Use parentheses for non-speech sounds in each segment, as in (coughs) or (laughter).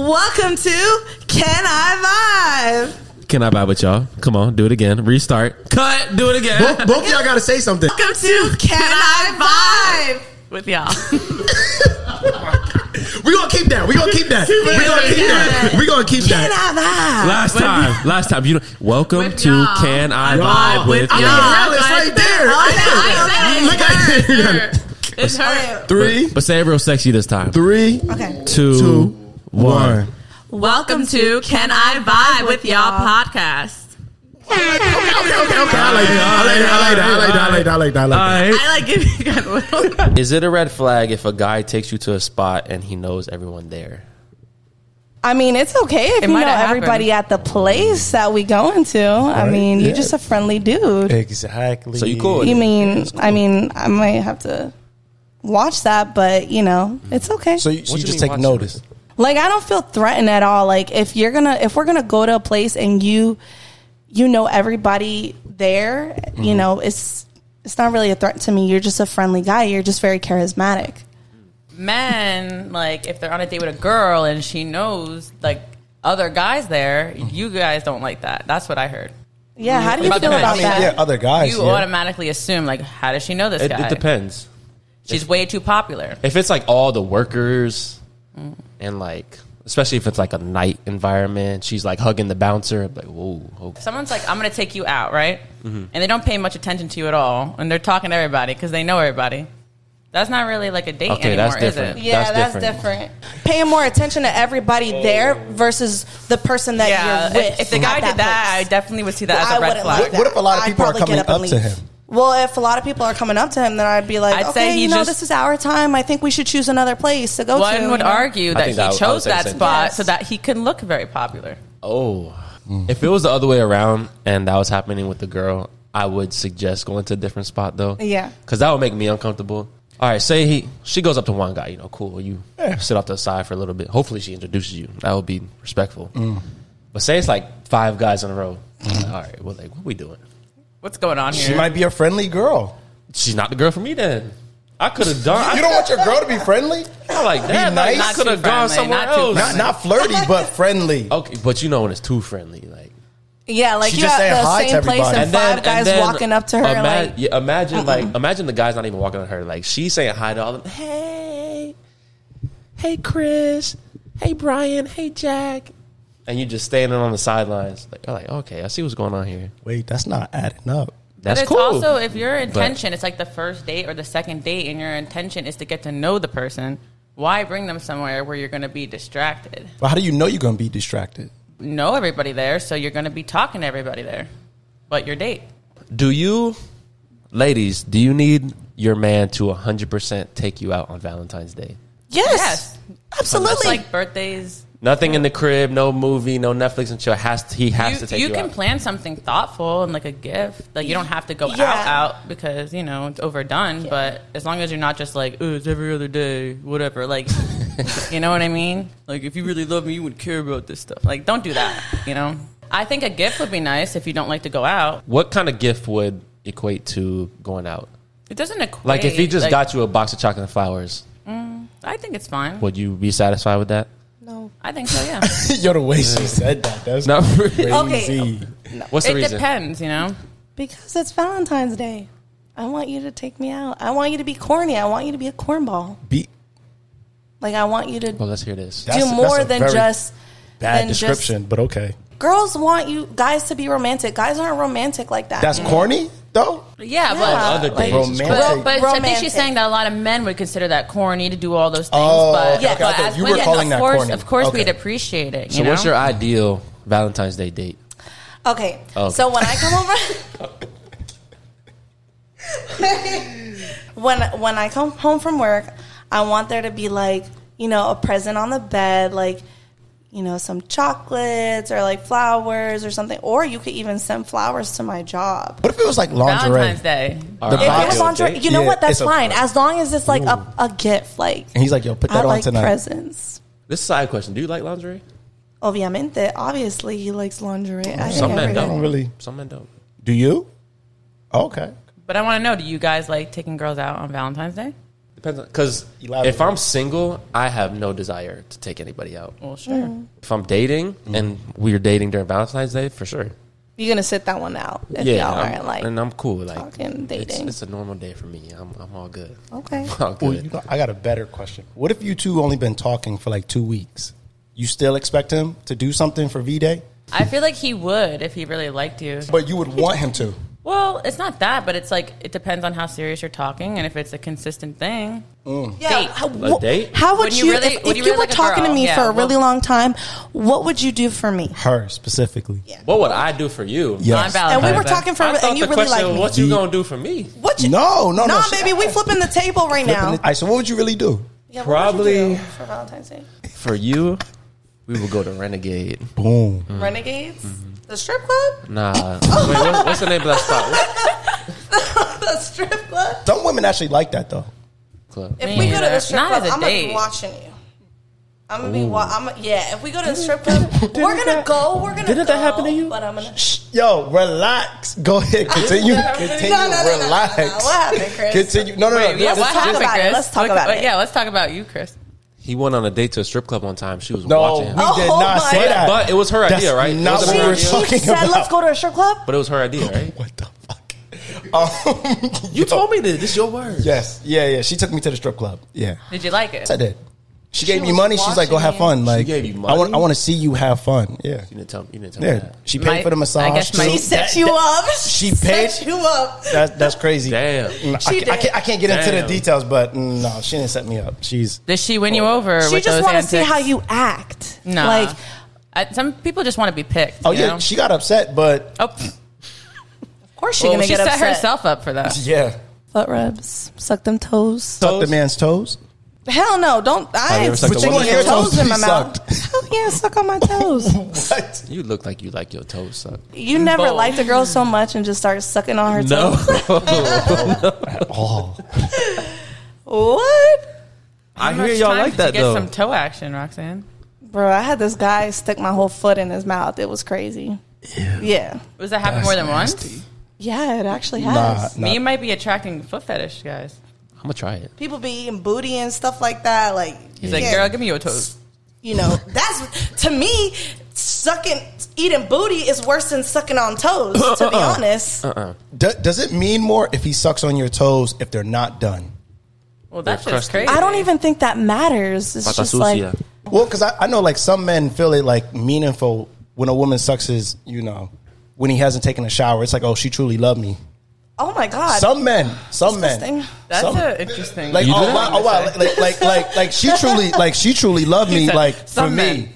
Welcome to Can I Vibe? Can I vibe with y'all? Come on, do it again. Restart. Cut. Do it again. both, both of y'all gotta say something. Welcome to Can I Vibe with y'all. We gonna keep that. We gonna keep that. We gonna keep that. We gonna keep Can that. I Last time. (laughs) Last time. You know. Welcome With to y'all. Can I Y'all. vibe with I mean, y'all? hell, it's right there. (laughs) Look at It's it. her. It's her. Vibe? Three, But say it real sexy this time. three, Okay. Two, two, one. one. Welcome to Can I Vibe with Y'all podcast. Okay, I like that. I like that. I like that. I like that. I like that. I like that. All right. I like giving you guys a little. Is it a red flag if a guy takes you to a spot and he knows everyone there? I mean, it's okay if you know might have everybody at the place that we going to. I mean, you're just a friendly dude. Exactly. So you cool with You it? mean, I mean, I might have to watch that, but you know, it's okay. So you, so What you you just mean take watch notice. like, I don't feel threatened at all. Like, if you're gonna, if we're gonna go to a place and you, you know, everybody there, you know, it's it's not really a threat to me. You're just a friendly guy. You're just very charismatic. (laughs) Men, like, if they're on a date with a girl and she knows, like, other guys there, Mm-hmm. you guys don't like that. That's what I heard. Yeah. How do you But feel depends. about I mean, that? Yeah, other guys. You yeah. automatically assume, like, how does she know this It, guy? it depends. She's way too popular. If it's like all the workers and like, especially if it's like a night environment, she's like hugging the bouncer. I'm like, whoa. Okay. If someone's like, I'm going to take you out, right? Mm-hmm. And they don't pay much attention to you at all, and they're talking to everybody because they know everybody. That's not really like a date Okay, anymore, that's different. is it? Yeah, That's that's, different. different. Paying more attention to everybody Oh. there versus the person that Yeah, you're with. if, if the guy at did that, I place. definitely would see that I as a red wouldn't flag. like that. What if a lot of I'd people are probably get coming and up to leave. him? Well, if a lot of people are coming up to him, then I'd be like, I'd okay, say he you know, just- this is our time. I think we should choose another place to go to. One you would know? argue that think he that I would- I would chose say the that same spot thing. so that he can look very popular. Oh. Mm-hmm. If it was the other way around and that was happening with the girl, I would suggest going to a different spot though. Yeah. Because that would make me uncomfortable. All right, say he she goes up to one guy, you know, cool. You sit off to the side for a little bit. Hopefully she introduces you. That would be respectful. Mm. But say it's like five guys in a row. Mm-hmm. All right, well, like, what we doing? What's going on She here? might be a friendly girl. She's not the girl for me then. I could have done. I You don't want your girl to be friendly? I like that. Like, nice. I could have Not too gone friendly, somewhere not too else. Not not flirty, but friendly. okay, but you know when it's too friendly, like Yeah, like She you're just saying at the hi to same place everybody. and, and then five guys and then walking up to her. ima- like, uh-uh. yeah, imagine like imagine the guy's not even walking up to her. Like she's saying hi to all of them. Hey, hey, Chris. Hey, Brian. Hey, Jack. And you just standing on the sidelines. Like, you're like, okay, I see what's going on here. Wait, that's not adding up. but That's it's cool. also if your intention, it's like the first date or the second date, and your intention is to get to know the person. Why bring them somewhere where you're going to be distracted? But how do you know you're going to be distracted? Know everybody there, so you're going to be talking to everybody there. But your date, do you, ladies, do you need your man to 100% take you out on Valentine's Day? yes, yes, absolutely. it's like birthdays. Nothing in the crib, no movie, no Netflix and chill. Has to, he has You, to take you, you can out. plan something thoughtful and like a gift. Like you don't have to go Yeah. out out because you know it's overdone. But as long as you're not just like oh, it's every other day, whatever. Like (laughs) you know what I mean? Like if you really love me, you would care about this stuff. Like don't do that. You know. I think a gift would be nice if you don't like to go out. What kind of gift would equate to going out? It doesn't equate. Like if he just like, got you a box of chocolate and flowers, I think it's fine. would you be satisfied with that? no. I think so. (laughs) Yeah. (laughs) Yo, the way she said that, that's No. crazy. What's the it reason? depends. You know. Because it's Valentine's Day. I want you to take me out. I want you to be corny. I want you to be a cornball. Be, Like I want you to Well, let's hear this. That's- do that's more a than very just bad than just- description, but okay. girls want you guys to be romantic. Guys aren't romantic like that. Uh, That's corny, though? Yeah, Yeah. but Other like, days. romantic. But, but I think Romantic. she's saying that a lot of men would consider that corny to do all those things. Oh, but, okay, okay, but okay. as You were women, calling of that course, corny. of course, Okay. we'd appreciate it. You so, know? what's your ideal Valentine's Day date? Okay. Oh, Okay. So when I come over when when I come home from work, I want there to be like, you know, a present on the bed, like you know, some chocolates or like flowers or something. Or you could even send flowers to my job. What if it was like lingerie? Valentine's Day? Our The If ideal it was lingerie, date? you know Yeah, what? That's it's a- fine. as long as it's like a, a gift, like And he's like, yo, put that I on like tonight. presents. This is a side question. Do you like lingerie? Obviamente, obviously, he likes lingerie. I think Some men every don't. guy- don't really. Some men don't. Do you? Okay. But I want to know: Do you guys like taking girls out on Valentine's Day? Depends because Elaborate. if I'm single, I have no desire to take anybody out. Well, sure. Mm. If I'm dating and we're dating during Valentine's Day, for sure. You're gonna sit that one out if y'all I'm- aren't like. and I'm cool. Like talking, It's, dating. it's a normal day for me. I'm I'm all good. Okay. (laughs) I'm all good. Well, you know, I got a better question. What if you two only been talking for like two weeks? You still expect him to do something for V Day, I feel like he would if he really liked you. but you would want him to. Well, it's not that, but it's like it depends on how serious you're talking and if it's a consistent thing. Mm. Yeah, Date. How, A date? How would When you, you really- if, when if you you, really were like a talking to girl, me yeah, for a well- really long time, what would you do for me? Her specifically. Yeah. What would I do for you? Yes. Non-valid. And we were Right, talking for, I thought and you the really question like was, me. what you gonna do for me? What? You, No, no, no. nah, she- baby, we flipping the table right now. All right. So what would you really do? Yeah, what would you Probably- do for Valentine's Day. For you, we would go to Renegade. Boom. Renegades, the strip club, Nah. (laughs) Wait, what, what's the name of that spot? What the strip club. Some women actually like that though. club? If we go to the strip Not club, as a I'm gonna be date. watching you. I'm gonna be. Wa- I'm yeah. If we go to the strip (laughs) club, we're gonna go. We're gonna. didn't go, that happen to you? But I'm gonna. Yo, relax. Go (laughs) ahead. Continue. Continue. No, no, no, no, no, no. relax. What happened, Chris? Continue. No, no, no. yeah, no, what what talk happened, about it. Chris? Let's talk Look- about but it. Yeah, let's talk about you, Chris. He went on a date to a strip club one time. She was no, we watching did him. Oh not my say God. that. But it was her That's idea, right? It Not was what her we're idea. She talking said, about. "Let's go to (laughs) a strip club." But it was her idea, right? What the fuck? Um, You told me this. This your word. Yes. Yeah, yeah. She took me to the strip club. Yeah. Did you like it? I did. She, gave me was money. She's like, go watching have fun. Like, gave you I want, money? I want to see you have fun. Yeah. You didn't tell me. You didn't tell me Yeah. that. She paid My- for the massage. I guess my- too. She set you up. She paid- (laughs) set you up. That, that's crazy. Damn. No, I, She can't- I did. can't, I can't get into the Damn. details, but mm, no, she didn't set me up. She's Did she win you over? She with just those want to antics? see how you act. Nah. Like, I, some people just want to be picked. oh you yeah, know? she got upset, but oh, pff, of course she's well, gonna she get set upset. herself up (laughs) for that. yeah, Butt rubs, suck them toes. suck the man's toes. Hell no, don't. I Oh, you ever ain't sucked sticking a woman's your toes? toes in my Please mouth. Hell yeah, suck on my toes. (laughs) (laughs) What? You look like you like your toes sucked. You never Bold. liked a girl so much and just started sucking on her No. toes. Oh, What? (laughs) I How hear much y'all time like did that you get though. some toe action, Roxanne. Bro, I had this guy stick my whole foot in his mouth. It was crazy. Yeah. Was that happen more than once? Yeah, it actually nah, has. Uh, nah. Me might be attracting foot fetish guys. I'm gonna try it. People be eating booty and stuff like that. Like, you He's like, can't- girl, give me your toes. You (laughs) know, that's to me, sucking, eating booty is worse than sucking on toes, (laughs) to be honest. Do- does it mean more if he sucks on your toes if they're not done? Well, that's They're just crusty. (coughs) crazy. I don't even think that matters. It's just like, Well, because I, I know like some men feel it like meaningful when a woman sucks his, you know, when he hasn't taken a shower. It's like, oh, she truly loved me. oh my God. Some men, some men, Disgusting. That's some, a interesting. like You oh do? wow, oh wow, like like like like, like she truly like she truly loved me said, like for "Some men." me.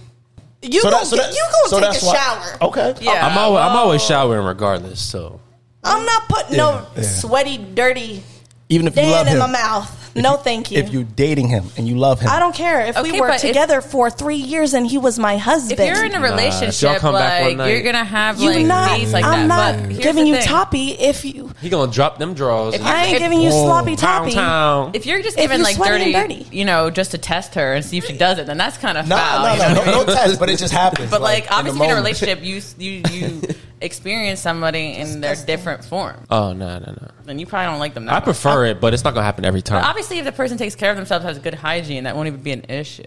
you So gonna, that- so get- that- you gonna so take that's a why- shower. Okay. Uh, yeah, I'm always, oh. I'm well, always showering regardless. So I'm not putting no Yeah, yeah. sweaty, dirty Even if you love Dan in him, my mouth. (laughs) No, thank you. if you're dating him and you love him, I don't care if we Okay, were but if- together for three years and he was my husband. If you're in a if y'all relationship, come back one like night- you're gonna have You like not, days like I'm that. not but here's giving the you thing. toppy if you. he gonna drop them draws. If I ain't If- giving you Whoa. sloppy toppy. Downtown. If you're just If giving you're like sweaty dirty, and dirty. you know, just to test her and see if she does it, then that's kind of No, foul. no, you know? no, no, no (laughs) test, but it just happens. But like, the obviously, in a moment. relationship, (laughs) you you you experience somebody in their different form, oh no no no! and you probably don't like them. That I much. prefer it, but it's not gonna happen every time. Obviously, if the person takes care of themselves, has good hygiene, that won't even be an issue.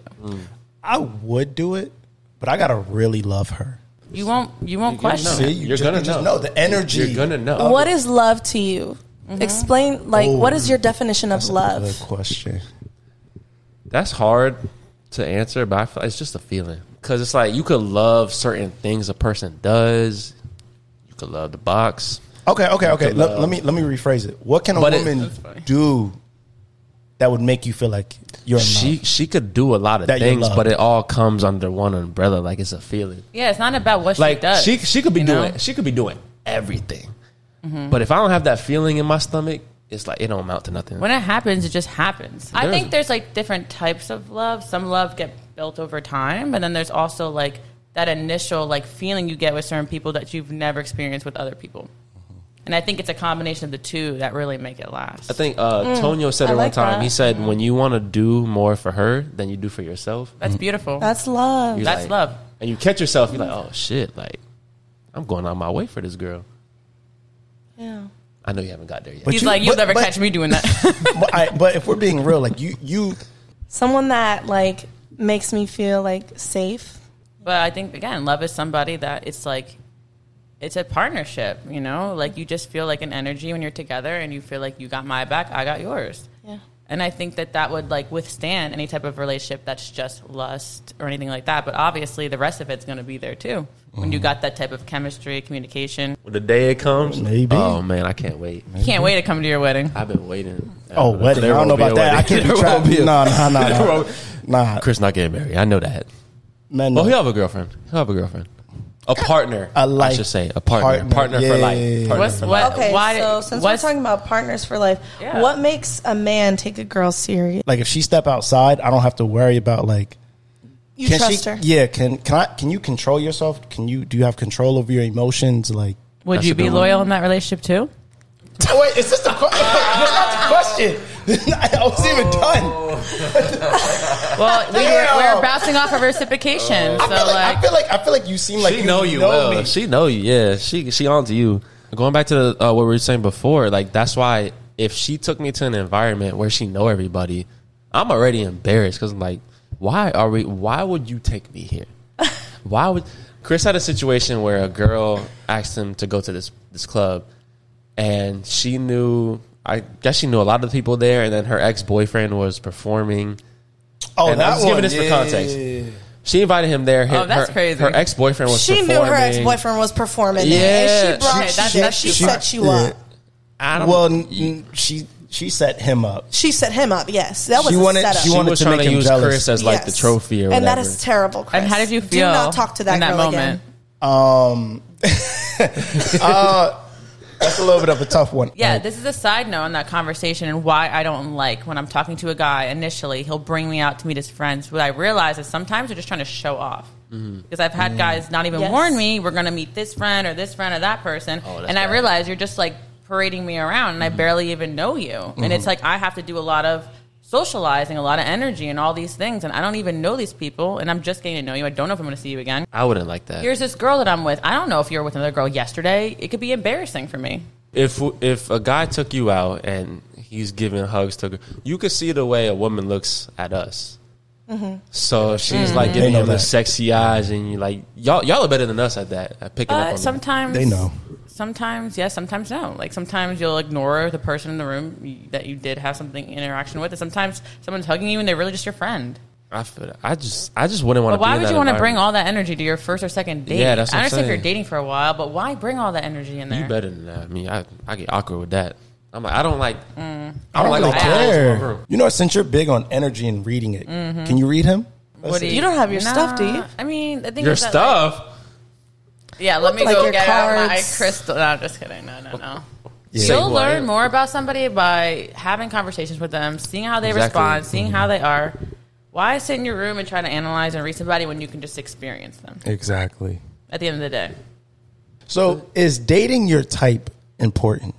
I would do it, but I gotta really love her. You won't you won't gonna question. know. it. you You're ju- gonna you just know. know the energy. You're gonna know. What is love to you? Mm-hmm. Explain, like, what is your definition of Oh. That's a good love? question. That's hard to answer, but I feel it's just a feeling because it's like you could love certain things a person does. You could love the box. Okay, okay, okay. Let, let me let me rephrase it. What can a But it- woman That's funny. do that would make you feel like you're in She love? she could do a lot of That you things, love. but it all comes under one umbrella. Like it's a feeling. Yeah, it's not about what Like she does. she she could be you know? Mm-hmm. doing she could be doing everything, but if I don't have that feeling in my stomach, it's like it don't amount to nothing. When it happens, it just happens. I There's- think there's like different types of love. Some love get built over time, and then there's also like that initial like feeling you get with certain people that you've never experienced with other people. And I think it's a combination of the two that really make it last. I think uh, Tonio said Mm, I it like one time. that. He said, "When you want to do more for her than you do for yourself, That's beautiful. That's love. you're That's like- love. Mm. And you catch yourself, you're like, "Oh shit! Like, I'm going out my way for this girl. yeah. I know you haven't got there yet. But He's you- like, you'll but- never but- catch me doing that. (laughs) (laughs) But, I, but if we're being real, like you, you, Someone that like makes me feel like safe. but I think again, love is somebody that it's like it's a partnership, you know? Like you just feel like an energy when you're together and you feel like you got my back, I got yours. Yeah. And I think that that would like withstand any type of relationship that's just lust or anything like that. But obviously, the rest of it's going to be there too. When Mm-hmm. you got that type of chemistry, communication, When the day it comes, Maybe. Oh man, I can't wait. you can't wait to come to your wedding. I've been waiting. oh, wedding. I There don't know won't be about a that. I wedding. can't be There trapped. won't be a- Nah, nah, nah, There nah. won't- nah. (laughs) Chris not getting married. I know that. Men, Oh, no. he'll have a girlfriend. He'll have a girlfriend. A partner. I like I should say a partner. partner. Partner, Yeah, for yeah, life. yeah, yeah. Partner What's for what? Okay, why? so since what's, we're talking about partners for life, Yeah. what makes a man take a girl serious? like if she step outside, I don't have to worry about like You can trust she, her. Yeah, can can I can you control yourself? Can you do you have control over your emotions? Like (laughs) Oh, would That's you a good be one. loyal in that relationship too? wait, is this the (laughs) question? That's not the question. (laughs) I was even Oh. done. Well, we Damn. were, we're bouncing off of Oh. reciprocation. So I feel like, I like, feel like I feel like you seem (laughs) like she know you well. me. She know you. Yeah, she she on to you. Going back to the, uh, what we were saying before, like that's why if she took me to an environment where she know everybody, I'm already embarrassed because I'm like, why are we? Why would you take me (laughs) here? why would Chris had a situation where a girl asked him to go to this this club, and she knew. I guess she knew a lot of the people there, and then her ex boyfriend was performing. oh, and I'm just giving this for context. She invited him there. Her, Oh, that's her, crazy. Her ex boyfriend was. She knew performing. her ex boyfriend was performing. it, Yeah. and she brought She- she, that- she, that's too far. set you up. I don't Well, n- n- she she set him up. She set him up. Yes, that was She a wanted- setup. she She wanted was to trying make to him use jealous. Chris as like the Yes. trophy or and whatever. that is terrible. Chris. and how did you feel? Do not talk to that in that girl moment. again. Um, uh, that's a little bit of a tough one. Yeah, Like, this is a side note on that conversation and why I don't like when I'm talking to a guy initially, he'll bring me out to meet his friends. What I realize is sometimes they're just trying to show off. Because Mm-hmm. I've had Mm. guys not even Yes. warn me, we're going to meet this friend or this friend or that person. Oh, that's bad. and Mm-hmm. I realize you're just like parading me around and I barely even know you. And it's like I have to do a lot of socializing, a lot of energy, and all these things. And I don't even know these people. And I'm just getting to know you. I don't know if I'm going to see you again. I wouldn't like that. Here's this girl that I'm with. I don't know if you were with another girl yesterday. It could be embarrassing for me. if if a guy took you out and he's giving hugs to, a- you could see the way a woman looks at us. Mm-hmm. So if she's like giving They know him the that. sexy eyes, and you like y'all y'all are better than us at that at picking up on But that. sometimes They know. Sometimes yes, sometimes no. Like sometimes you'll ignore the person in the room that you did have something interaction with, and sometimes someone's hugging you and they're really just your friend. I feel I just I just wouldn't want to. But why be in would that you want to bring environment. all that energy to your first or second date? Yeah, that's what I I'm understand if saying. you're dating for a while, but why bring all that energy in there? You better than that. I mean, I I get awkward with that. I'm like I don't like Mm. I don't like really all the guys in my care. room. You know, since you're big on energy and reading it, Mm-hmm. can you read him? What You don't have your stuff, do you? I mean, the thing your is that, stuff. like- yeah, let me Like go your get out my cards. crystal. No, I'm just kidding. No, no, no. Say You'll who I learn am. more about somebody by having conversations with them, seeing how they Exactly. respond, seeing how they are. Why sit in your room and try to analyze and read somebody when you can just experience them Exactly. at the end of the day? So, is dating your type important?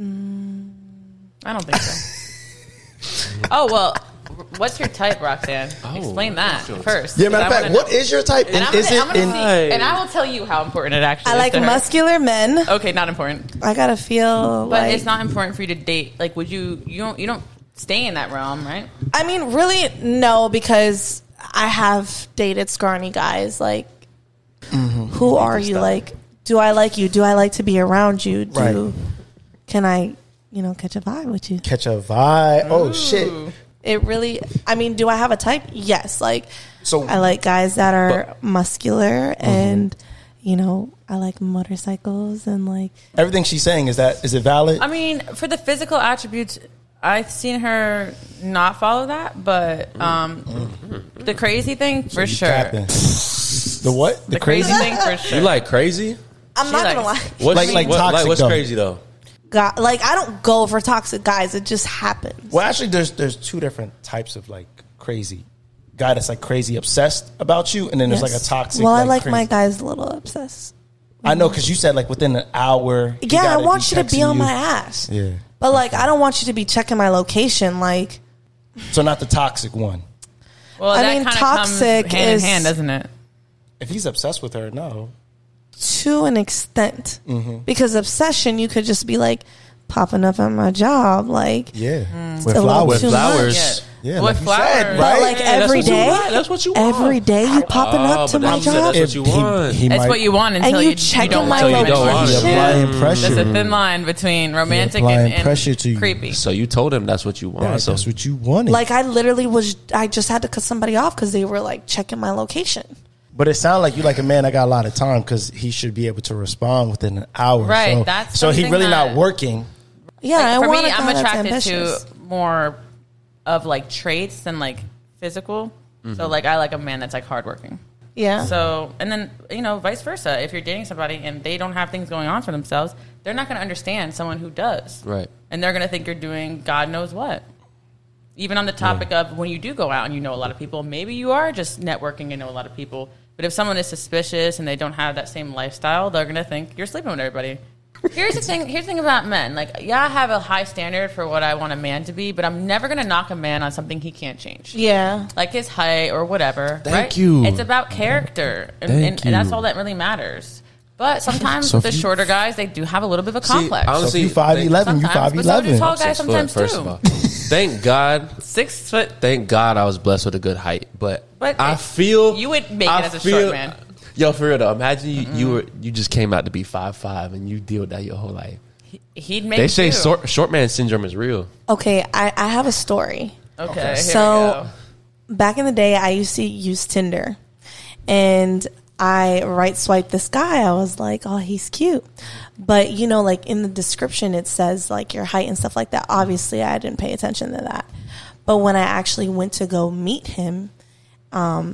I don't think so. oh, well, what's your type, Roxanne? Explain that first. Yeah, matter of fact, what is your type? And, I'm And is gonna, I'm it gonna in? see, and I will tell you how important it actually I is. like to her. muscular men. Okay, not important. I gotta feel But like it's not important for you to date. Like, would you, you don't, you don't stay in that realm, right? I mean, really, no, because I have dated scrawny guys. Like, Mm-hmm. who are you? Like, do I like you? Do I like to be around you? Do Right. can I, you know, catch a vibe with you? Catch a vibe. Oh shit! It really. I mean, do I have a type? Yes. Like, So- Mm-hmm. I like guys that are muscular and, you know, I like motorcycles and like Everything she's saying is that is it valid? I mean, for the physical attributes, I've seen her not follow that, but um, the crazy thing for Mm. You sure. tapping. The what? The, (laughs) The crazy thing for sure. You like crazy? I'm not likes- gonna lie. What's, Like- like what- toxic, what's though. crazy though? (laughs) God, like I don't go for toxic guys. It just happens. Well, actually, there's there's two different types of like crazy guy that's like crazy obsessed about you, and then there's like a Yes. toxic. Well, I like my crazy- guys a little obsessed. I know because you said like within an hour. he Yeah, I gotta want you to be texting on you. my ass. Yeah. But like I don't want you to be checking my location like So not the toxic one. Well, I that mean, kinda toxic comes hand is- in hand, doesn't it? If he's obsessed with her, no. Mm-hmm. to an extent. Because obsession you could just be like, popping up at my job. Like, Yeah. With a little flowers. too flowers. Yeah. Yeah, like With you said, flowers. right? But like Yeah, that's every what you day, want. That's what you want. every day you popping Oh, up to but my that's- that's job. what you want. It's might what you want until and you you, checking don't my want Until you it don't want be it. location. applying pressure. There's a thin line between romantic and, applying and pressure to you. creepy. So you told him that's what you want. Right, so that's what you wanted. Like I literally was, I just had to cut somebody off because they were like checking my location. But it sounded like you like a man that got a lot of time because he should be able to respond within an hour. Right, So, that's so he something really that- not working. Yeah, I for want me, a guy I'm that's attracted ambitious. to more of like traits than like physical. So Mm-hmm. like I like a man that's like hardworking. Yeah. So and then you know vice versa. If you're dating somebody and they don't have things going on for themselves, they're not going to understand someone who does. Right. And they're going to think you're doing God knows what. Even on the topic of when you do go out and you know a lot of people, maybe you are just networking and know a lot of people. But if someone is suspicious and they don't have that same lifestyle, they're going to think you're sleeping with everybody. Here's the thing. Here's the thing about men. Like, yeah, I have a high standard for what I want a man to be, but I'm never going to knock a man on something he can't change yeah. like his height or whatever. Thank right? you. It's about character, and, Thank and, and that's you. all that really matters. But sometimes So with the if you- shorter guys, they do have a little bit of a See, complex. honestly, So if you See, five eleven, you Sometimes, five but so do tall eleven. guys Six foot, sometimes first too. of all. Thank God Six foot. thank God I was blessed with a good height. But, But I it- feel you would make it I as a short man. Yo, for real though, imagine you, you were you just came out to be five five and you deal with that your whole life. He'd make. They say two. short, short man syndrome is real. Okay, I, I have a story. Okay. Here So- we go. back in the day, I used to use Tinder, and I right swiped this guy. I was like, "Oh, he's cute," but you know, like in the description, it says like your height and stuff like that. Obviously, I didn't pay attention to that. But when I actually went to go meet him, um,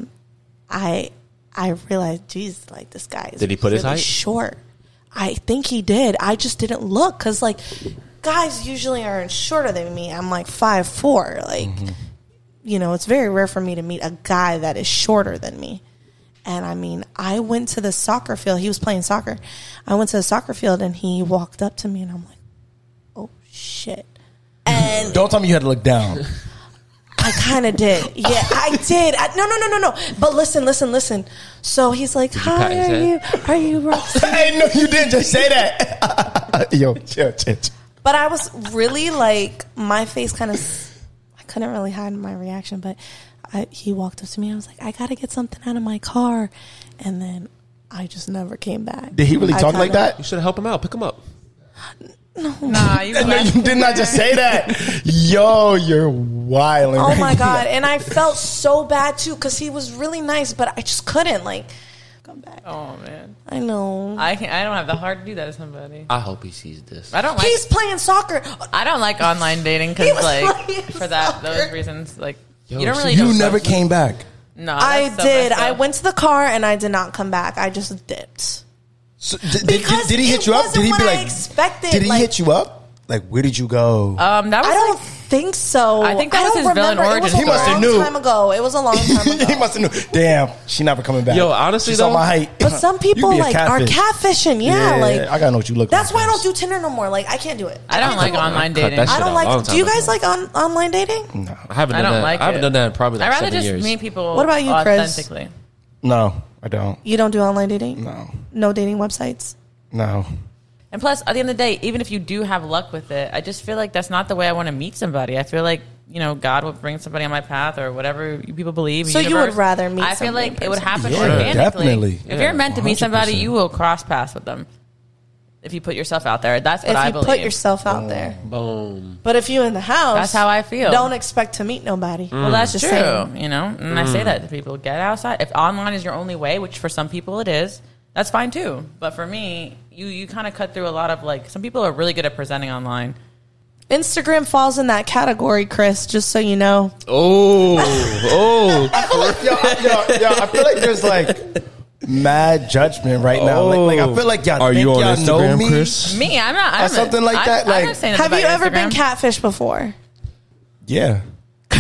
I I realized, geez, like this guy is Did he put his really height? short. I think he did. I just didn't look because like guys usually aren't shorter than me. I'm like five four, like Mm-hmm. you know, it's very rare for me to meet a guy that is shorter than me. And I mean, I went to the soccer field. He was playing soccer. I went to the soccer field and he walked up to me and I'm like, oh shit. And Don't tell me you had to look down. (laughs) I kind of did. Yeah, I did. I, no, no, no, no, no. But listen, listen, listen. So he's like, pat hi, his are you, head? are you Roxy? hey, no, you didn't just say that. (laughs) Yo, chill, chill, chill. But I was really like, my face kind of, I couldn't really hide my reaction. But I, he walked up to me. I was like, I gotta get something out of my car, and then I just never came back. Did he really I talk like kinda- You that? should help him out. Pick him up. (laughs) Nah, you No, (laughs) left. you did not just say that. Yo, you're wilding. (laughs) Oh my god! And I felt so bad too because he was really nice, but I just couldn't like come back. Oh man, I know. I can't, I don't have the heart to do that to somebody. I hope he sees this. I don't like. He's playing soccer. I don't like online dating He because was like playing for that those soccer. reasons like Yo, you don't so really You know never stuff. came back. No, I that's so did. messed I up. went to the car and I did not come back. I just dipped. So, d- did, you- Because did he it hit you up? Did wasn't he be what I like? expected, Did he like- hit you up? Like, where did you Oh, go? (laughs) Um, that was I don't like, think so. I think that was don't his villain remember. origin It was He a must have long knew. time ago. It was a long time ago. he must have knew. Damn, she never coming back. Yo, honestly she saw though- my height. (laughs) But some You people be a like catfish. are catfishing. Yeah, Yeah, like I gotta know what you look That's like why I don't first. do Tinder no more. Like I can't do it. I don't like online Cut that dating. shit I don't out a long like. time Do you ago. guys like on online dating? I haven't I done don't that. like. I haven't it. done that in probably like I'd rather seven just years. meet people. What about you, Chris? Authentically, No, I don't. You don't do online dating? No, No dating websites. (laughs) no. and plus, at the end of the day, even if you do have luck with it, I just feel like that's not the way I want to meet somebody. I feel like you know God will bring somebody on my path or whatever you people believe. So you universe. would rather meet I feel somebody like in it would person. happen Yeah, organically. definitely. If Yeah, you're meant to meet somebody, 100%. you will cross paths with them. If you put yourself out there, that's what if I you believe. put yourself Mm. out there, Boom. but if you in the house, That's Mm. how I feel. Don't expect to meet nobody. Well, that's just true, saying. you know. And I Mm. say that to people: get outside. If online is your only way, which for some people it is, that's fine too. But for me, you you kind of cut through a lot of like some people are really good at presenting online. Instagram falls in that category, Chris. Just so you know, Oh, oh. yo, yo, yo, I feel like there's like mad judgment right now. Like, like I feel like y'all Oh. Are think you on y'all know Instagram, me. Chris? Me, I'm not. I'm something like I- that, I'm like- not saying that have about you your ever been Instagram. catfished before? Yeah. (laughs)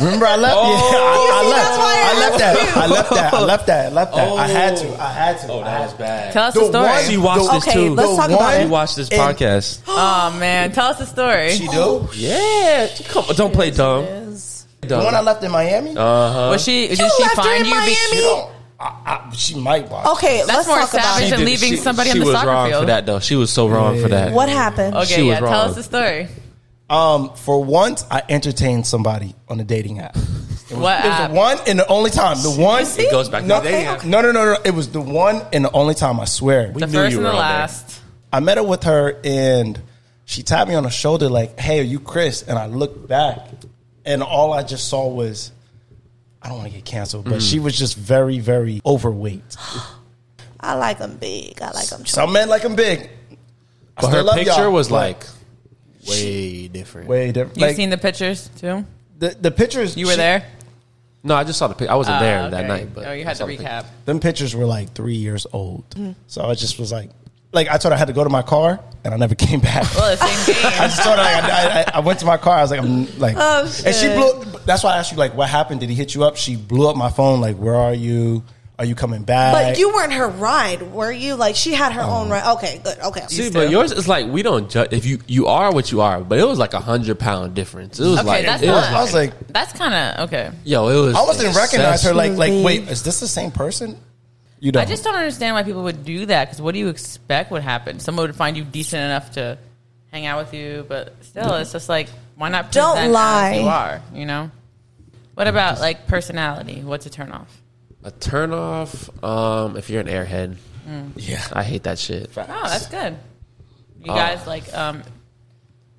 Remember, I left. (laughs) You see, that's why I yeah, I- I, left. I left that. I left that. I left that. I left that. I had Oh. to. I had to. Oh, I that had was bad. Tell us the story. She watched the- this Okay, too. let's The talk about one- She it. watched this And- podcast. Oh man, tell us the story. She do. Yeah, come on, don't play dumb. The one I left in Miami. was she? Did Uh, You she left her in find you? be- Miami. You don't- I, I, she might box. Okay, That's let's more talk about savage it. than leaving somebody on she the was soccer wrong for field. that though. She was so wrong for that. What happened? Okay, She yeah. was Tell wrong. us the story. Um, for once, I entertained somebody on a dating app. It was, What it was app? the one and the only time. Ah. The one. It goes back to No, the dating app. no, no, no, no. It was the one and the only time. I swear. We The knew first you and were the on there. last. I met up with her and she tapped me on the shoulder like, "Hey, are you Chris?" And I looked back, and all I just saw was, I don't want to get canceled, but Mm. she was just very, very overweight. I like them big. I like them. Some men like them big. I But still her love picture y'all, was but like way different. way different. You've Like, seen the pictures too. the the pictures. You were she- there. No, I just saw the picture. I wasn't Ah, there okay. that night, but oh, you I had to saw the picture. recap. Them pictures were like three years old. So I just was like, like I told her I had to go to my car, and I never (laughs) came back. Well, the (laughs) same I game. just told her like, I, I, I went to my car. I was like, I'm like, Oh, and she shit. blew. That's why I asked you like, what happened? Did he hit you up? She blew up my phone. Like, where are you? Are you coming back? But you weren't her ride, were you? Like she had her Oh. own ride. Okay, good. Okay. See, but yours is like we don't judge if you you are what you are, but it was like a hundred pound difference. It was Okay, like that's it I was was, not- I was like, That's kind of okay. yo, it was. I wasn't recognize her. Like, like, Excessive. wait, is this the same person? You don't. I just don't understand why people would do that. Because what do you expect would happen? Someone would find you decent enough to hang out with you, but still, it's just like why not? Don't present as lie. you are you know? What about like personality? What's a turn off? a turn off. Um, if you're an airhead, Mm. yeah. I hate that shit. Oh, that's good. You guys like um,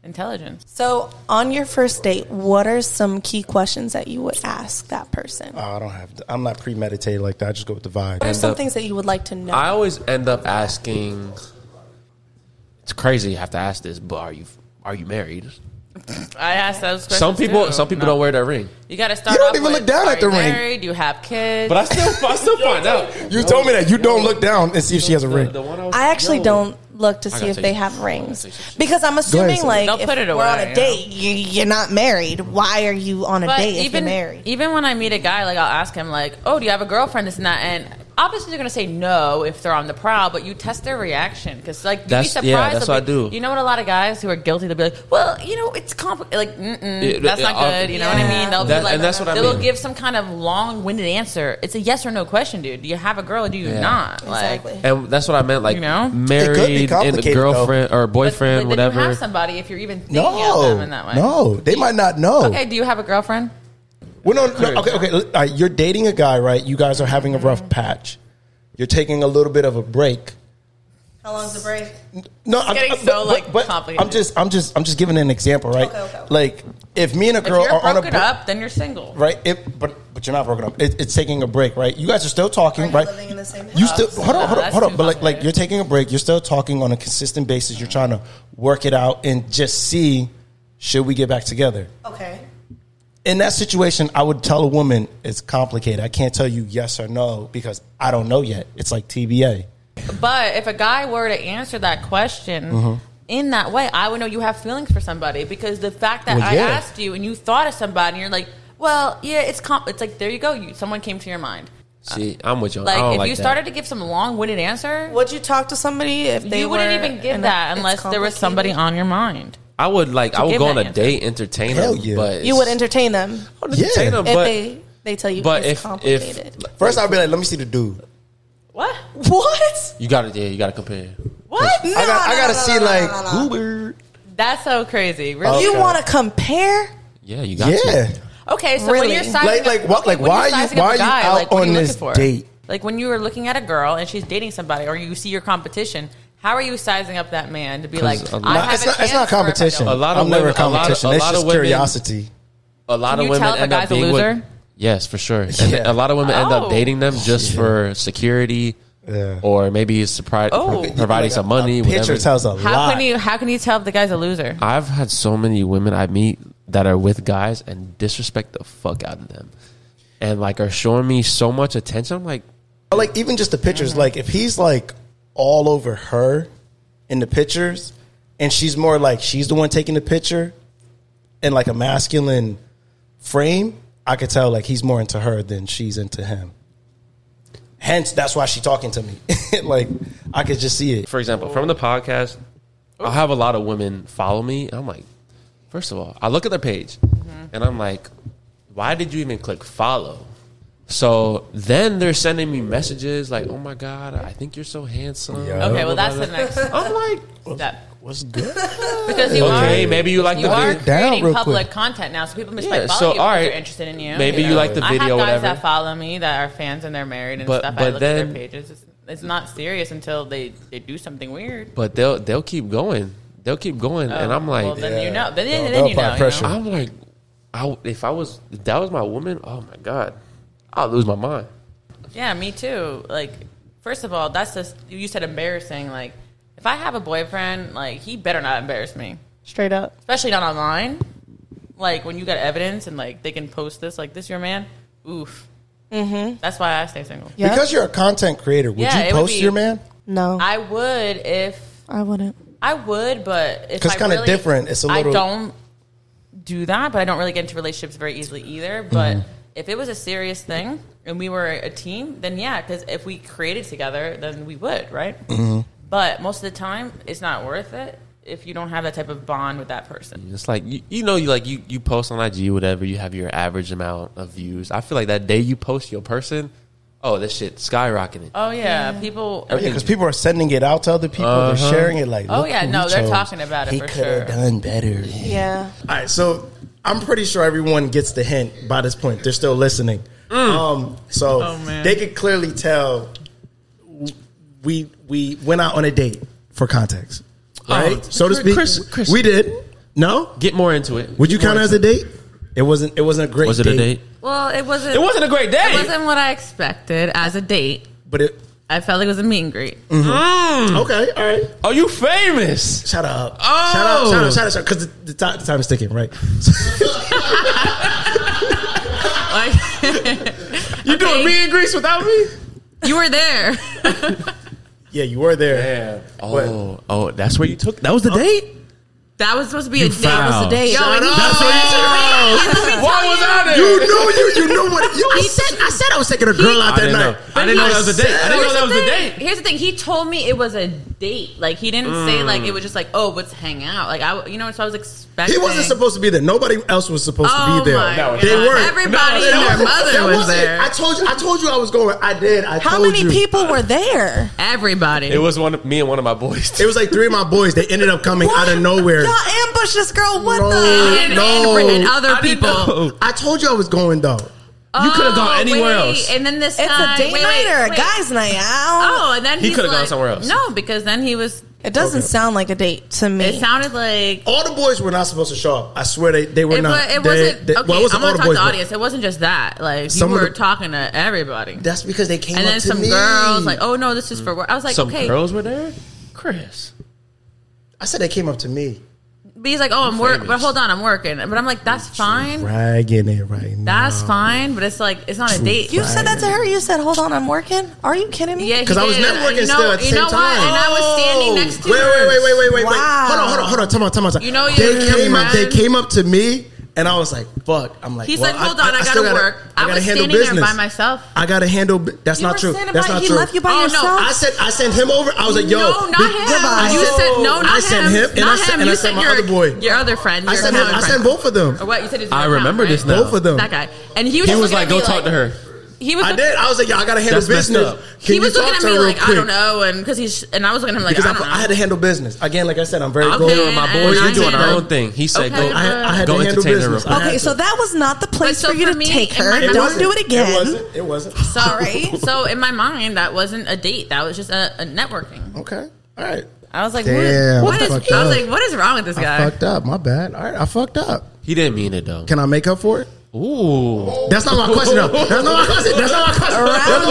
intelligence. So on your first date, what are some key questions that you would ask that person? Oh, I don't have. To, I'm not premeditated like that. I just go with the vibe. what are some up- things that you would like to know? I always end up asking. It's crazy. You have to ask this, but are you are you married? I asked those questions. Some people too. some people No. don't wear that ring, You got to start. You don't off even with, look down are at the you ring. married? Do you have kids? but (laughs) I still I still find out. You told me that you don't look down and see if she has a ring. I actually don't look to I see gotta if tell they you. have Go rings ahead, because I'm assuming Sam. like Don't if put it we're on away, a you date, you, you're not married. Why are you on a But date if you're even married? even when I meet a guy, like I'll ask him, like, "Oh, do you have a girlfriend?" This and that, and obviously they're gonna say no if they're on the prowl. But you test their reaction because, like, you'd That's- yeah, be surprised. that's they'll what I do. be- You know what? A lot of guys who are guilty, they'll be like, "Well, you know, it's complicated. Like, mm-mm, Yeah, that's yeah, not I'll- good." You know what I Yeah. mean? They'll That- be like, and that's what I They'll mean. give some kind of long-winded answer. It's a yes or no question, dude. Do you have a girl? or Do you Yeah. not? Like, exactly. And that's what I meant, like You know? It could be married and a complicated, girlfriend or but- boyfriend, but then whatever. You have somebody if you're even thinking of them No, in that way. no, they might not know. Okay, do you have a girlfriend? Well, no, no okay, okay. All right, you're dating a guy, right? You guys are having a rough patch. You're taking a little bit of a break. How long's the break? No, I'm getting I'm- so, like, complicated. I'm just, I'm just, I'm just giving an example, right? Okay, okay, okay. Like, if me and a If girl you're are on a broken break, up, then you're single. right? It, but but you're not broken up. It, it's taking a break, right? You guys are still talking, Are you right? living in the same You house? still hold No, on, hold on, that's hold too on. But like, like complicated. you're taking a break. You're still talking on a consistent basis. You're trying to work it out and just see should we get back together. Okay. in that situation, I would tell a woman it's complicated. I can't tell you yes or no because I don't know yet. It's like TBA. But if a guy were to answer that question in that way, I would know you have feelings for somebody because the fact that Well, I yeah. asked you and you thought of somebody and you're like, well, yeah, it's comp- it's like there you go, you someone came to your mind. See, I'm with you. I Like don't if Oh, like you that. started to give some long-winded answer, Would you talk to somebody if they you wouldn't were even give in a- that it's unless there was somebody complicated? on your mind. I would like. I would give go that on a answer. date, entertain Hell them, yeah. but You would entertain them I would entertain Yeah. them, if but they they tell you but it's if complicated. (laughs) if First, I'd be like, let me see the dude. What? what? you got to yeah, you got to compare. What? No, I got, no, I got to no, no, see no, no, like no, no. Uber. That's so crazy. Really? You want to compare? Yeah, you got Yeah, to. Okay, so when Really? you're sizing Like- like, up, what- okay, like, when why you're you- sizing up why a are you guy, out like, what are on you looking this for? date? Like when you were looking at a girl and she's dating somebody, or you see you're competition. How are you sizing up that man to be like? Because a I lot- have it's a not, it's chance not for if I competition. don't." A lot of I'm never women- a lot of- competition. a it's lot just of women- curiosity. A lot Can of you women tell if a end up guy's a being with- loser? Yes, for sure. And Yeah. a lot of women end Oh. up dating them just for security, Yeah. or maybe surprise Oh. providing Like, some a- money. A picture whatever. tells a How lot. can you? How can you tell if the guy's a loser? I've had so many women I meet that are with guys and disrespect the fuck out of them, and like are showing me so much attention. I'm like, But, like even just the pictures Mm-hmm. like if he's like all over her in the pictures and she's more like she's the one taking the picture in like a masculine frame i could tell like he's more into her than she's into him hence that's why she's talking to me (laughs) like i could just see it for example, from the podcast, I'll have a lot of women follow me. And I'm like, Mm-hmm. first of all, I look at their page and I'm like, why did you even click follow? So then they're sending me messages like, "Oh my god, I think you're so handsome." Yeah. Okay, well that's (laughs) the next I'm like, step What's (laughs) good? because you okay, are maybe you like you the are video. down creating real public quick. content now, so people might Yeah, follow so, you if all they're right. interested in you. Maybe you know? like the I have video, guys whatever. that follow me that are fans and they're married and But- stuff. but I look at then- their pages. It's, it's not serious until they, they do something weird. But they'll they'll keep going. They'll keep going, and I'm like, Oh, well, then Yeah. you know. Then, then, they'll you apply know. pressure. You know? I'm like, I, if I was if that was my woman, oh my god, I'll lose my mind. Yeah, me too. Like, first of all, that's just you said embarrassing. Like, if I have a boyfriend, like he better not embarrass me, Straight up. especially not online. Like when you got evidence and like they can post this, like this your man. Oof. Mm-hmm. That's why I stay single. Yeah. Because you're a content creator, would Yeah, you it would post be- your man? No, I, I would if wouldn't. I would, but if 'Cause I it's kinda really- different. It's a little- I don't do that, but I don't really get into relationships very easily either. But if it was a serious thing and we were a team, then yeah, because if we created together, then we would, right? But most of the time, it's not worth it if you don't have that type of bond with that person. It's like you, you know, you like you you post on IG, whatever. You have your average amount of views. I feel like that day you post your person, oh, this shit skyrocketed. Oh yeah, people. Yeah, because people are sending it out to other people. They're sharing it like, Oh, look yeah, who no, we they're chose. talking about it He for coulda sure. done better. Yeah, All right, so I'm pretty sure everyone gets the hint by this point. They're still listening. Mm. Um, so Oh, man. they could clearly tell w- we we went out on a date for context, right? so to speak, Oh, Chris- Chris- we did. No, Get more into it. would you Get more count it as into a date? It wasn't. It wasn't a great. Was it a date? Well, it wasn't. It wasn't a great It day. wasn't what I expected as a date. But it. I felt like it was a meet and greet. (laughs) Okay. All right. Mm. Are you famous? Shut up. Oh. Shut up. Shut up. Shut up. Shut up. Because the, the, ti- the time is ticking, right? Like, You doing me in Greece without me? you were there. yeah, you were there. Oh, oh, that's where you took. That was the date. That was supposed to be a date. That was foul. a date. Yo, and he- That's what you Why was I (laughs) You there? know you. You know what? You, I said. I said I was taking a girl out I that didn't night. know. I didn't know that was a date. I didn't know Here's that was the a thing. date. Here's the thing. He told me it was a date. Like he didn't say Mm. like it was just like oh let's hang out. Like I you know so I was expecting. He wasn't supposed to be there. Nobody else was supposed Oh to be there. my God. They weren't. Everybody That and their wasn't- that mother was wasn't- there. I told you. I told you I was going. I did. I How told many you. people were there? Everybody. It was one of me and one of my boys. It was like three of my boys. They ended up coming out of nowhere. Y'all ambushed this girl. What No. the? and, No. and, and other I didn't people. know. I told you I was going though. You could have gone Oh, anywhere wait, else. And then this It's guy. a date Uh, wait, night wait, or a wait. guy's night. I Oh, and then He he's could've gone like- somewhere else. No, because then he was. don't, it doesn't sound like a date to me. It sounded like All the boys were not supposed to show up. I swear they, they Oh, were It, not. wa- it They- wasn't. they- okay, well, it wasn't I'm all gonna the talk boys. to the but audience. It wasn't just that. Like Some you of were the- talking to everybody, and That's because they came. up then to some me. girls like, "Oh no, this is for work." I was like, Mm. Some "Okay." girls were there. Chris, I said they came up to me. But he's like, "Oh, I'm work," but hold on, I'm working. But I'm like, "That's fine. Bragging it right now. That's fine." But it's like, it's not a date. you said that to her. You said, "Hold on, I'm working." Are you kidding me? yeah, 'Cause I was networking you know, still at the you same know what? time. Oh. And I was standing next to wait, her. Wait, wait, wait, wait, wait, wait. Wow. Hold on, hold on, hold on. Time out, time out. Time. out. You know your they came up. They friend- came up to me, and I was like, "Fuck!" I'm like, He well, said, "Hold on, I, still gotta work." I, gotta was handle standing there by myself. I gotta handle. bu- That's You not were true. saying That's about not he true. left you by Oh, no. yourself. I said, I sent him over. I was like, "Yo, no, not be- him. goodbye. You I said said- no, not I said him, and not I said- him. and I you said said my your, other boy. Your other friend. I your sent him. common I friend. sent both of Or them. what you said? Is I remember right? this now. Both of them. That guy, and he was. he just was looking like, at "Go me talk like- to her." He was. I looking- did. I was like, "Yo, I gotta handle That's messed business." up. Can he you was talk looking at to me her real like I quick? don't know, and because he's and I was looking at him like Because I, I don't know. I had to handle business again. Like I said, I'm very. I'm goal- doing my I- boys, Boys, I you doing did. our own thing. He said, Okay. "Go." I, I had Go to handle entertain her real business. quick. I had Okay, to. so that was not the place But so for you for to me, take in her. my Don't wasn't. do it again. It wasn't. It wasn't. (laughs) Sorry. So in my mind, that wasn't a date. That was just a, a networking. Okay. All right. I was like, Damn, what, I what fucked is? I was up. like, what is wrong with this I guy? fucked up. My bad. All right, I fucked up. He didn't mean it though. Can I make up for it? Ooh, That's not my (laughs) question, though. That's not my question. That's not my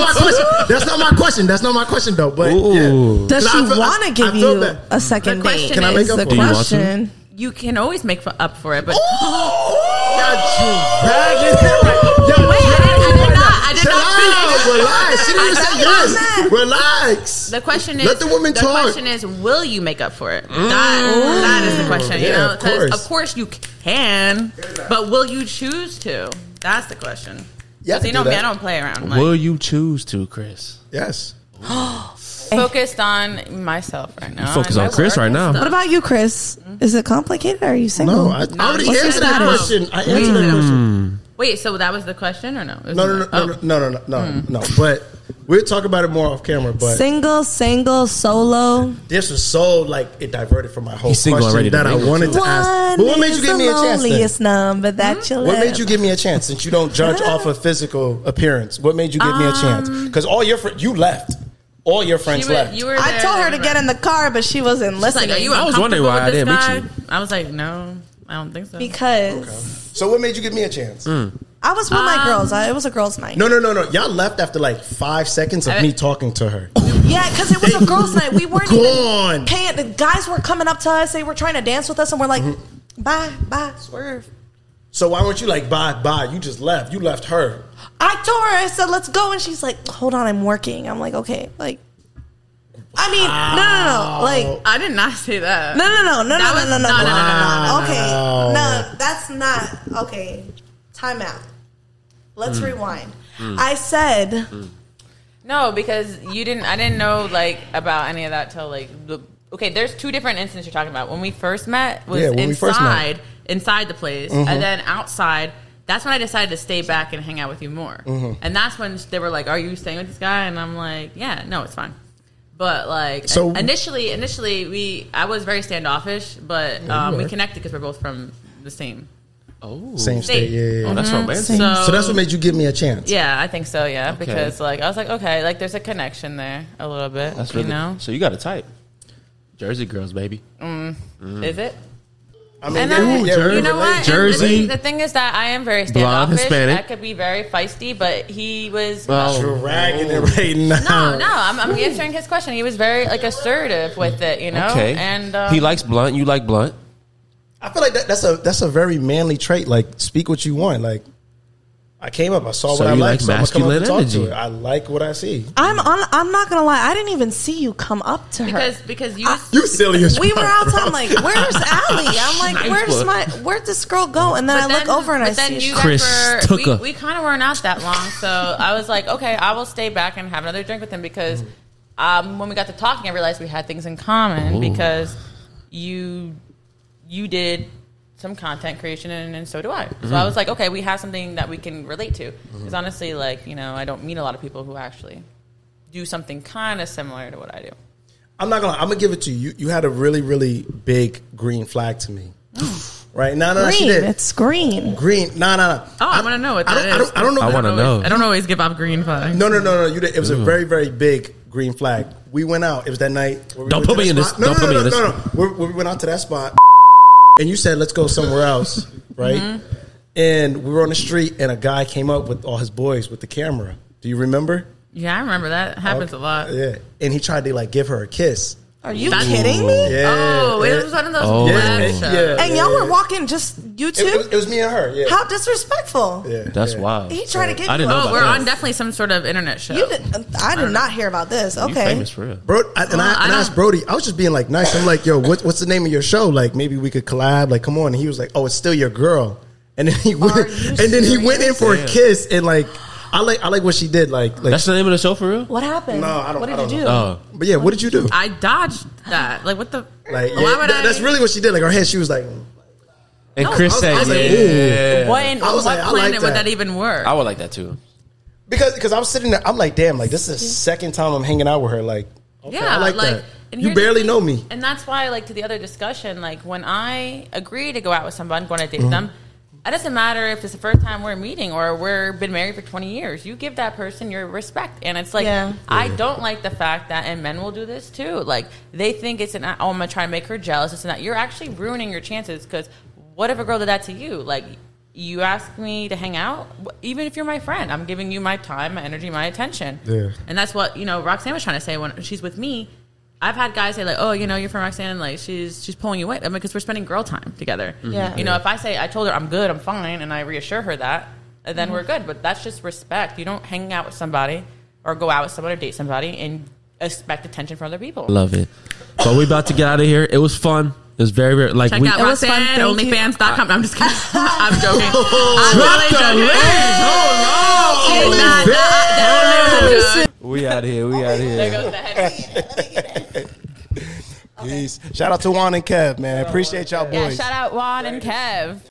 question. That's not my question. That's not my question. That's not my question, though. But Ooh. yeah. Does I she feel- I- want I to give feel you bad. a second The date? question Can I make is up the for it? (laughs) Do you want to? question. You can always make f- up for it, but Got you bagging. Oh, Yo, Wait, I did- I did not- I did chill not out. Relax. She didn't even say yes. that. Relax. the question is, Let the woman the talk. Mm. question is, will you make up for it? That, that is the question. Yeah, you know, of 'cause course. of course you can, but will you choose to? That's the question. You have Because to you do know me, that. I don't play around. Like, will you choose to, Chris? Yes. focused on myself right now. focus and on my Chris work right and now. stuff. What about you, Chris? Is it complicated? Are you single? No, I I already What's answered that that about? question. I answered that question. Wait, so that was the question or no? It was No, in no, the- no, oh. no, no, no, no, no, no. But we'll talk about it more off camera. But Single, single, solo. this was so like it diverted from my whole He's single question already, that I though. wanted to ask. But what made you give me a chance? then? Hmm? loneliest number that you'll What made ever- you give me a chance since you don't judge off of physical appearance? What made you give me a chance? Because all your friends, you left. All your friends Um, You were- left. you were I there, told her they to were- get in the car, but she wasn't listening. Like, are you I was wondering uncomfortable why I with this didn't meet guy? I was like, no, I don't think so. because so what made you give me a chance? Mm. I was with Um, my girls. I, it was a girls' night. No, no, no, no. Y'all left after like five seconds of I- Oh. me talking to her. Yeah, because it was a girls' night. We weren't Gone. even paying. The guys were coming up to us. They were trying to dance with us, and we're like, Mm-hmm. "Bye, bye, swerve." So why weren't you like bye bye? You just left. You left her. I told her. I said, "Let's go," and she's like, "Hold on, I'm working." I'm like, "Okay, like." I mean, no, no, no, like. I did not say that. No, no, no, no, no, That no, was- no, no, no, no, no, no, no, no, no. Okay, Wow. no, that's not okay. Time out. Mm. Let's rewind. I said, No, because you didn't. I didn't know like about any of that till like. The, okay, there's two different incidents you're talking about. When we first met was Yeah, when we first met. Mm-hmm. inside, inside the place, and then outside. That's when I decided to stay back and hang out with you more. Mm-hmm. And that's when they were like, "Are you staying with this guy?" And I'm like, "Yeah, no, it's fine." But like So- initially, initially we I was very standoffish, but um, we were. connected because we're both from the same. Oh, Same state. Yeah, yeah, yeah. Oh, that's romantic. So that's what made you give me a chance. Yeah, I think so. Yeah, because like I was like, okay, like there's a connection there a little bit. That's you really. know, So you got a type. Jersey girls, baby. is it? I mean, And yeah, then, yeah, we you know relate. what? And Jersey. The, the thing is that I am very Blonde, standoffish. Hispanic. I could be very feisty, but he was. Oh, Dragging it right now. no, no, I'm, I'm answering his question. He was very like assertive with it, you know. Okay. And um, he likes blunt. You like blunt. I feel like that, that's a that's a very manly trait. Like, speak what you want. Like, I came up, I saw So what I you like like, so I'm gonna come up and masculine talk to energy. it. I like what I see. "I'm on. I'm not gonna lie. I didn't even see you come up to her because because (laughs) you. You silly as we fuck, were bro. outside. I'm (laughs) like, "Where's Allie?" I'm like, "Where's my? Where'd this girl go?" And then I but look over and I but then see. you You, guys Chris were- took we, her. we kind of weren't out that long, so I was like, okay, I will stay back and have another drink with him because um, when we got to talking, I realized we had things in common because you you did some content creation and, and so do I. So I was like, okay, we have something that we can relate to. Because honestly, like you know, I don't meet a lot of people who actually do something kind of similar to what I do. I'm not gonna. I'm gonna give it to you. you. You had a really, really big green flag to (gasps) me, right? No, no, no, she green. did. It's green. green. No, no, no. Oh, I, want to know what I that don't, is. I don't. I don't know. I wanna know. I don't always give off green flags. No, no, no, no. You did. It was a very, very big green flag. We went out. It was that night. where we Don't went put to me that in this. spot. No, Don't no, put me no, in this. No, no, no. We're- We went out to that spot, and you said, "Let's go somewhere else," Mm-hmm. right? And we were on the street, and a guy came up with all his boys with the camera. Do you remember? Yeah, I remember that It happens a lot. Yeah. And he tried to like give her a kiss. Are you That's- kidding me? Yeah. Oh, it was one of those Oh. lab Yeah, shows. yeah. And y'all were walking just you It, it was, two. it was me and her. Yeah. How disrespectful! Yeah, That's yeah. wild. He tried to get I you. didn't know up. Oh, we're about on definitely some sort of internet show. You did. I did not hear about this. You Okay. famous for real. Bro, I, and Well, I, I and I asked don't- Brody. I was just being like nice. I'm like, "Yo, what, what's the name of your show? Like, maybe we could collab. Like, come on." And he was like, "Oh, it's still your girl." And then he went, you and then he went in for a serious? kiss. And like, I like, I like what she did. Like, like, That's the name of the show for real. What happened? No, I don't- What did I don't you do? Oh, but yeah, what did you do? I dodged that. Like, what the? Like, why yeah, would that- I? that's really what she did. Like, her head, she was like, and No, Chris I was- said, I was like, "Yeah, What in, I was what like, I planet like would that. that even work? I would like that too." because because I'm sitting there, I'm like, damn, like this is the second time I'm hanging out with her. Like, okay, yeah, I like, that. and You here's the barely thing- know me. and that's why, like, to the other discussion, like, when I agree to go out with someone, go on a date Mm-hmm. with them, it doesn't matter if it's the first time we're meeting or we're been married for twenty years. You give that person your respect, and it's like Yeah. I don't like the fact that, and men will do this too. Like, they think it's an oh, I'm gonna try and make her jealous. It's not. You're actually ruining your chances because what if a girl did that to you? Like. You ask me to hang out, even if you're my friend, I'm giving you my time, my energy, my attention. Yeah. And that's what, you know, Roxanne was trying to say when she's with me. I've had guys say like, "Oh, you know, you're from Roxanne, like she's she's pulling you away." I mean, because we're spending girl time together. Yeah. You know, if I say I told her I'm good, I'm fine, and I reassure her that, and then we're good. But that's just respect. You don't hang out with somebody or go out with someone or date somebody and expect attention from other people. Love it. But we about to get out of here. It was fun. It was very, very like Check we. out It was fun, Roxanne thank you. OnlyFans.com. I'm just kidding. (laughs) I'm joking. Drop I'm the really joking. link. Nah, nah, that was a joke. We out of here. We out of here. There goes the head. Peace. Shout out to Juan and Kev, man. Appreciate y'all boys. Yeah, shout out Juan and Kev.